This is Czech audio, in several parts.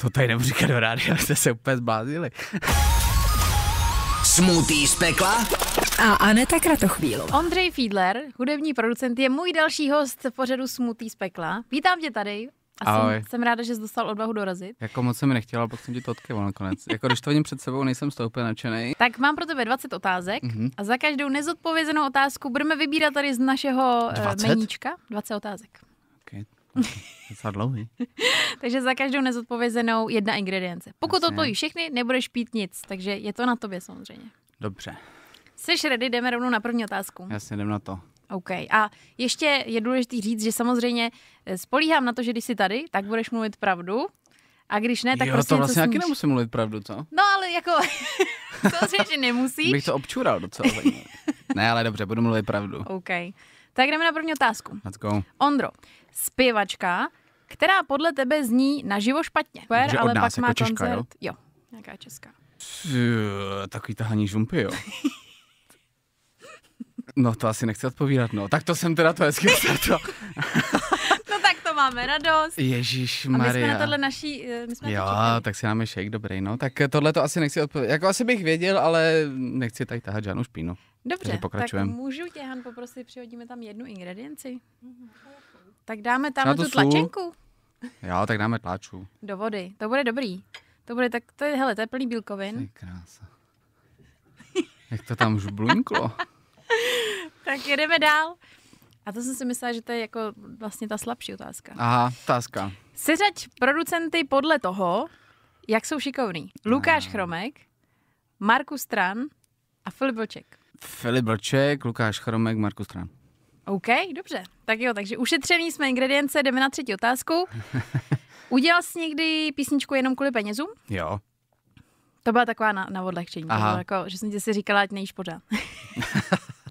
To tady nebudu říkat do rádia, jste se úplně zbláznili. Smutý z pekla? A Aneta Kratochvílová. Ondřej Fiedler, hudební producent, je můj další host v pořadu Smutý z pekla. Vítám tě tady. A Ahoj. jsem, jsem ráda, že jsi dostal odvahu dorazit. Jako moc jsem mi nechtěla, pak jsem ti to odkyval nakonec. Jako když to vidím před sebou, nejsem z toho úplně nadšenej. Tak mám pro tebe 20 otázek Mhm. a za každou nezodpovězenou otázku budeme vybírat tady z našeho eh, 20? meníčka 20 otázek. Okay. Docela dlouhý. Takže za každou nezodpovězenou jedna ingredience. Pokud Jasně. odpovíš všechny, nebudeš pít nic, takže je to na tobě samozřejmě. Dobře, Jsi ready, jdeme rovnou na první otázku. jasně jdem na to. OK. A ještě je důležité říct, že samozřejmě eh, spolíhám na to, že když jsi tady, tak budeš mluvit pravdu. A když ne, tak jo, prostě to něco vlastně taky sníš. nemusím mluvit pravdu, co? No ale jako, samozřejmě, že nemusíš. Bych to občural docela. tak ne. ne, ale dobře, budu mluvit pravdu. OK. Tak jdeme na první otázku. Let's go. Ondro, zpěvačka, která podle tebe zní naživo špatně. Super, Takže od ale nás pak jako má Češka, jo? koncert. Jo? nějaká česká. Tch, Takový tahaní žumpy, jo. No to asi nechci odpovídat, no. Tak to jsem teda to hezky to. No tak to máme radost. Ježíš A my Maria. jsme na tohle naší, eh, my jsme Jo, na to čekali. tak si dáme shake, dobrý, no. Tak tohle to asi nechci odpovědět. Jako asi bych věděl, ale nechci tady tahat žádnou špínu. Dobře, takže tak pokračujem. můžu tě, Han, poprosit, přihodíme tam jednu ingredienci. Tak dáme tam Na tu tu tlačenku Jo, tak dáme tláčů. do vody. To bude dobrý. To bude tak, to je, hele, to je plný bílkovin. Ty krása. Jak to tam žblunklo. Tak jedeme dál. A to jsem si myslela, že to je jako vlastně ta slabší otázka. Aha, tázka. Seřaď producenty podle toho, jak jsou šikovní. Lukáš Chromek, Markus Tran a Filip Vlček. Filip Blček, Lukáš Chromek, Markus Tran. OK, dobře. Tak jo, takže ušetřený jsme ingredience, jdeme na třetí otázku. Udělal jsi někdy písničku jenom kvůli penězům? Jo. To byla taková na, na odlehčení, to Aha. bylo jako, že jsem ti si říkala, ať nejíš pořád.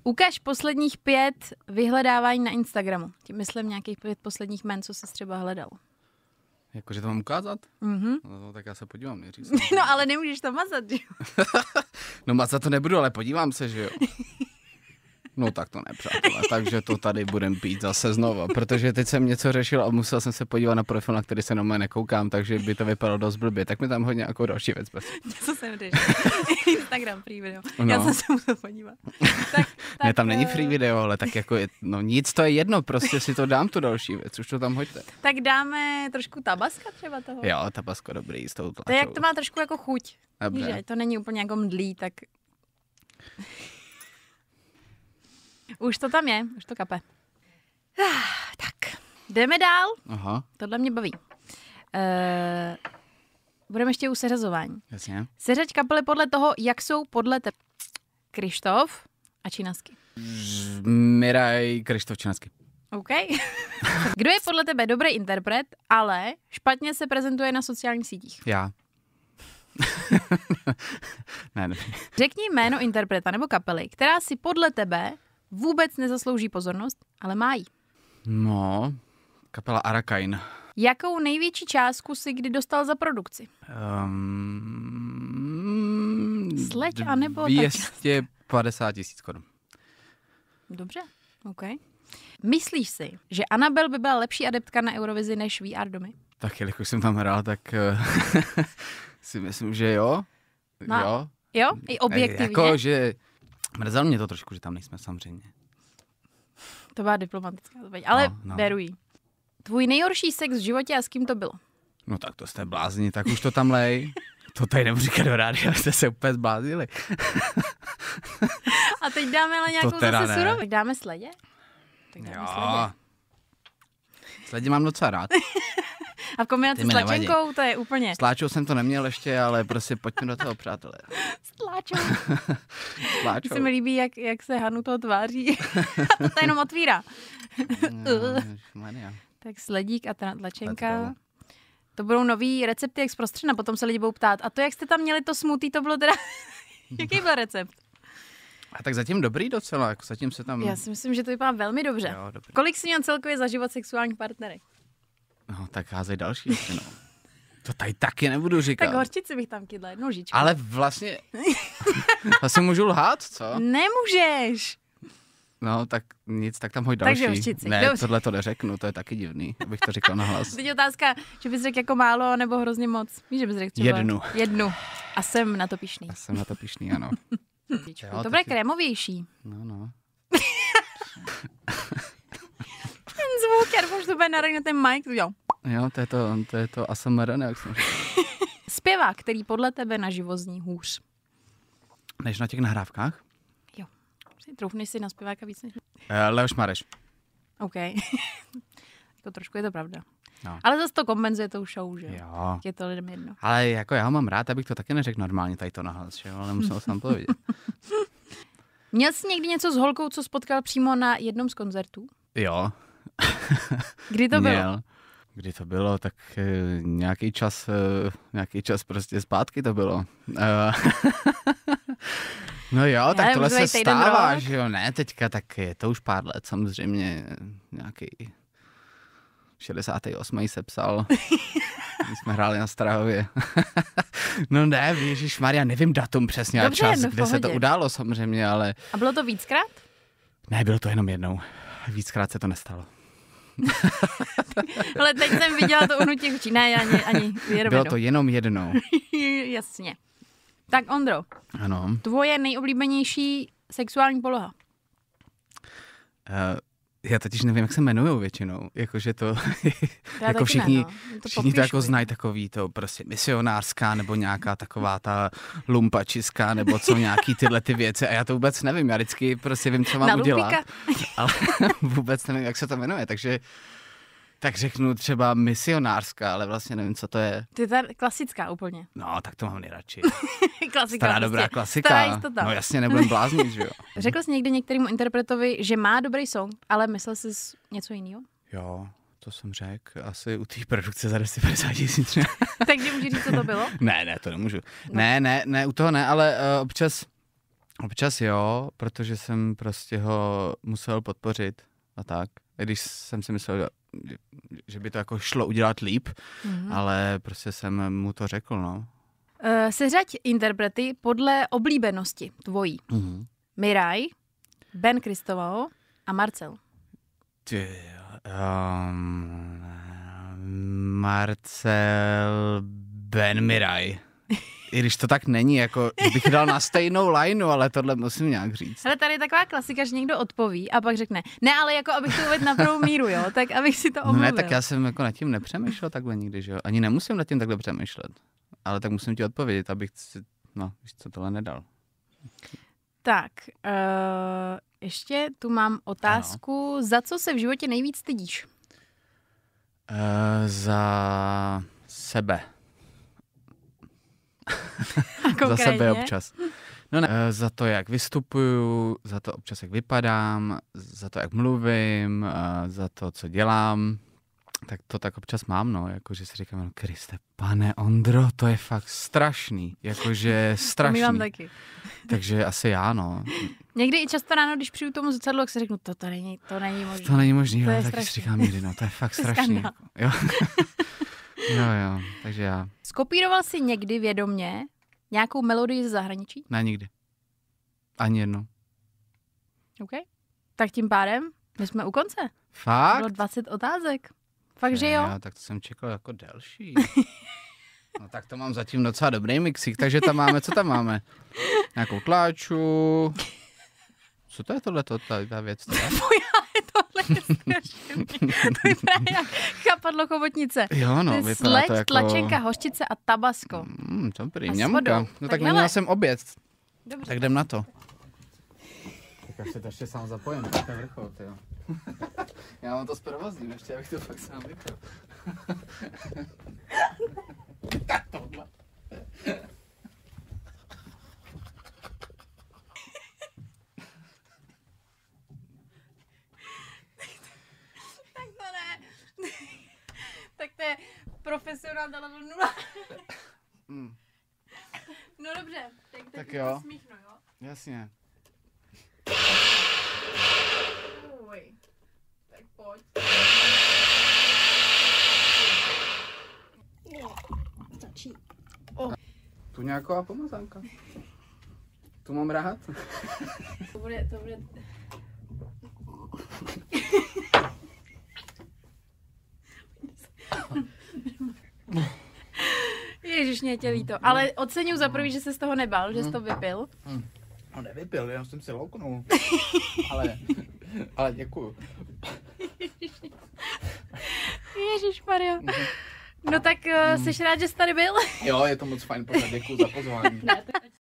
Ukaž posledních pět vyhledávání na Instagramu. Tím myslím nějakých pět posledních men, co jsi třeba hledal. Jakože to mám ukázat? Mhm. No, no tak já se podívám, nejdřív. se- No ale nemůžeš to mazat, že jo? No moc za to nebudu, ale podívám se, že jo. No tak to ne, přátelé. Takže to tady budem pít zase znova, protože teď jsem něco řešil a musel jsem se podívat na profil, na který se na nekoukám, takže by to vypadalo dost blbě. Tak mi tam hodně jako další věc. prosím. Co jsem řešila? Instagram free video. No. Já No. jsem se musel podívat. Tak, tak, Ne, tam není eh, free video, ale tak jako je, no nic, to je jedno, prostě si to dám tu další věc, už to tam hoďte. Tak dáme trošku tabaska třeba toho. Jo, tabasko dobrý s tou To je, jak tlačou. to má trošku jako chuť. Dobře. Víš, ať to není úplně jako mdlý, tak... Už to tam je, už to kape. Ah, Tak, jdeme dál. Aha, Tohle mě baví. Eh, budeme ještě u seřazování. jasně. Seřaď kapely podle toho, jak jsou podle tebe Krištof a Činasky. Miraj Krištovčanský. OK. Kdo je podle tebe dobrý interpret, ale špatně se prezentuje na sociálních sítích? Já. ne, ne. Řekni jméno interpreta nebo kapely, která si podle tebe vůbec nezaslouží pozornost, ale má ji. No, kapela Arakain. Jakou největší částku si kdy dostal za produkci? Um, Sleď anebo tak? 250 tisíc korun. Dobře, OK. Myslíš si, že Anabel by byla lepší adeptka na Eurovizi než VR domy? Tak jelikož jsem tam hrál, tak eh, si myslím, že jo. No, jo. Jo, i objektivně. Jako, že mrzelo mě to trošku, že tam nejsme samozřejmě. To byla diplomatická odpověď, ale No, no, no. no. beru ji. Tvůj nejhorší sex v životě a s kým to bylo? No tak to jste blázni, tak už to tam lej. To tady nebudu říkat do rádia, jste se úplně zbláznili. A teď dáme ale nějakou teda zase ne. surovinu. Tak dáme sledě? Tak dáme sledě. Sledě mám docela rád. A v kombinaci Ty mi s nevadí. tlačenkou to je úplně Sláčou jsem to neměl ještě, ale prostě pojďme do toho, přátelé. stláčou. Sláčou. Se mi líbí, jak, jak se Hanu to tváří. A to se jenom otvírá. Jo, ježišmarja. Tak sledík a tra- No. Let's tlačenka. go. To budou nový recepty jak z prostřena, potom se lidi budou ptát. A to, jak jste tam měli to smutí, to bylo teda... Jaký byl recept? A tak zatím dobrý docela, jako zatím se tam... Já si myslím, že to vypadá velmi dobře. Jo, dobrý. Kolik jsi měl celkově za život sexuálních partnerek? No, tak házej další ještě, no. To tady taky nebudu říkat. Tak horčici bych tam kydla, jednou žičku. Ale vlastně... vlastně můžu lhát, co? Nemůžeš! No, tak nic, tak tam hoď další. Takže hořčici, ne, dobře. tohle to neřeknu, to je taky divný, abych to říkal nahlas. Teď je otázka, že bys řekl jako málo nebo hrozně moc. Víš, že bys řekl třeba Jednu. Jednu. A jsem na to pišný. Já jsem na to pišný, ano. Jo, to bude taky. krémovější. No, no. Ten zvuk, já doufám, že to bude narazit na ten mic. Jo. Jo, to je to, to, je to ASMR, ne, jak jsem říkal. Zpěvák, který podle tebe naživo zní hůř. Než na těch nahrávkách? Jo. Si Troufneš si na zpěváka víc než... Eh, Leoš Mareš. OK. jako trošku je to pravda. No. Ale zase to kompenzuje tou show, že jo. Jo. Je to lidem jedno. Ale jako já ho mám rád, abych to taky neřekl normálně tady to nahlas, že jo, ale musel jsem to vidět. Měl jsi někdy něco s holkou, co spotkal přímo na jednom z koncertů? Jo, Kdy to bylo? měl. Kdy to bylo, tak eh, nějaký čas, eh, nějaký čas prostě zpátky to bylo. Eh, No jo, tak nevím, tohle bývají se týden stává, rok. že jo, ne teďka, tak je to už pár let samozřejmě, eh, nějaký 68. se psal, my jsme hráli na Strahově. no ne, Ježíš Maria, nevím datum přesně Dobře, a čas, no v kde se to pohodě. událo samozřejmě, ale A bylo to víckrát? ne, bylo to jenom jednou, víckrát se to nestalo. Ale teď jsem viděla to uhnutí očí. Ne, ani, ani. Jenom Bylo jednou. to jenom jednou, Jasně. Tak Ondro, ano. tvoje nejoblíbenější sexuální poloha. Eh, já totiž nevím, jak se jmenují většinou. Jakože to, jako taky ne, všichni, no. To všichni to jako popíšuj. znají takový to prostě misionářská nebo nějaká taková ta lumpačiská nebo co nějaký tyhle ty věci a já to vůbec nevím. Já vždycky prostě vím, co mám Na udělat. lumpíka. Ale vůbec nevím, jak se to jmenuje, takže tak řeknu třeba misionářská, ale vlastně nevím, co to je. To je ta klasická úplně. No, tak to mám nejradši. klasika Stará prostě. dobrá Stará klasika. jistota. No jasně, nebudem bláznit, že jo. Řekl jsi někdy některému interpretovi, že má dobrý song, ale myslel jsi něco jiného? Jo, to jsem řekl. Asi u té produkce za 250 tisíc. ne? Takže můžu říct, co to bylo? Ne, ne, to nemůžu. Ne, ne, ne, u toho ne, ale uh, občas, občas jo, protože jsem prostě ho musel podpořit a tak. I když jsem si myslel, že- že by to jako šlo udělat líp, mm-hmm. ale prostě jsem mu to řekl, no. Uh, seřaď interprety podle oblíbenosti tvojí. Mm-hmm. Miraj, Ben Kristovao a Marcel. Ty, um, Marcel Ben Miraj. I když to tak není, jako bych dal na stejnou lineu, ale tohle musím nějak říct. Ale tady je taková klasika, že někdo odpoví a pak řekne, ne, ale jako abych to uvedl na pravou míru, jo, tak abych si to No omluvil. ne, tak já jsem jako nad tím nepřemýšlel takhle nikdy, že jo. Ani nemusím nad tím takhle přemýšlet. Ale tak musím ti odpovědět, abych si, no, víš co, tohle nedal. Tak, uh, ještě tu mám otázku. Ano. Za co se v životě nejvíc stydíš? Uh, za sebe. Konkrétně? Za sebe občas. No ne, uh, za to, jak vystupuju, za to občas, jak vypadám, za to, jak mluvím, uh, za to, co dělám. Tak to tak občas mám, no, jakože si říkám, no, Kriste, pane Ondro, to je fakt strašný, jakože To my mám strašný. taky. Takže asi já, no. Někdy i často ráno, když přijdu k tomu zrcadlu, tak si řeknu, to, to není, to není možné. To není možný, To jo, je taky si strašný. říkám někdy, no, to je fakt To je strašný. skandál. Jo. jo, jo, takže já, Skopíroval jsi někdy vědomě nějakou melodii ze zahraničí? ne nikdy. Ani jednou. OK. Tak tím pádem, my jsme u konce. Fakt? Bylo 20 otázek. Fakt, že Ne, No, jo? Tak to jsem čekal jako delší. No tak to mám zatím docela dobrý mixík, takže tam máme, co tam máme? Nějakou tláču. Co to je tohleto, ta, ta věc? To je? Tohle je strašný. To vypadá jak chapadlo chobotnice. Jo, To no, je vypadá sleď, to jako... tlačenka, hořčice a tabasko. Mm, dobrý, A s mňamka. vodou. No tak, Tak tak hele. neměla jsem oběd, Dobře. tak jdem na to. Tak až se to ještě sám zapojím, to je ten vrchol, jo. Já mám to zprovozním, ještě abych to fakt sám vypil. Tak to ne. tak to je Profesionál dala do nula. No dobře, tak, tak, Mm. Tak mi jo. to smíchnu, jo? Jasně. Uj. Tak pojď. Tu nějaká pomazánka. Tu mám rád. To bude, to bude... Ježíš, mě je tě líto. Ale oceňuji za prvý, že se z toho nebal, že jsi to vypil. No nevypil, já jsem si louknul. Ale, ale děkuju. Ježíš Maria. No tak uh, jsi rád, že jsi tady byl? Jo, je to moc fajn pořád, děkuju za pozvání. Ne, to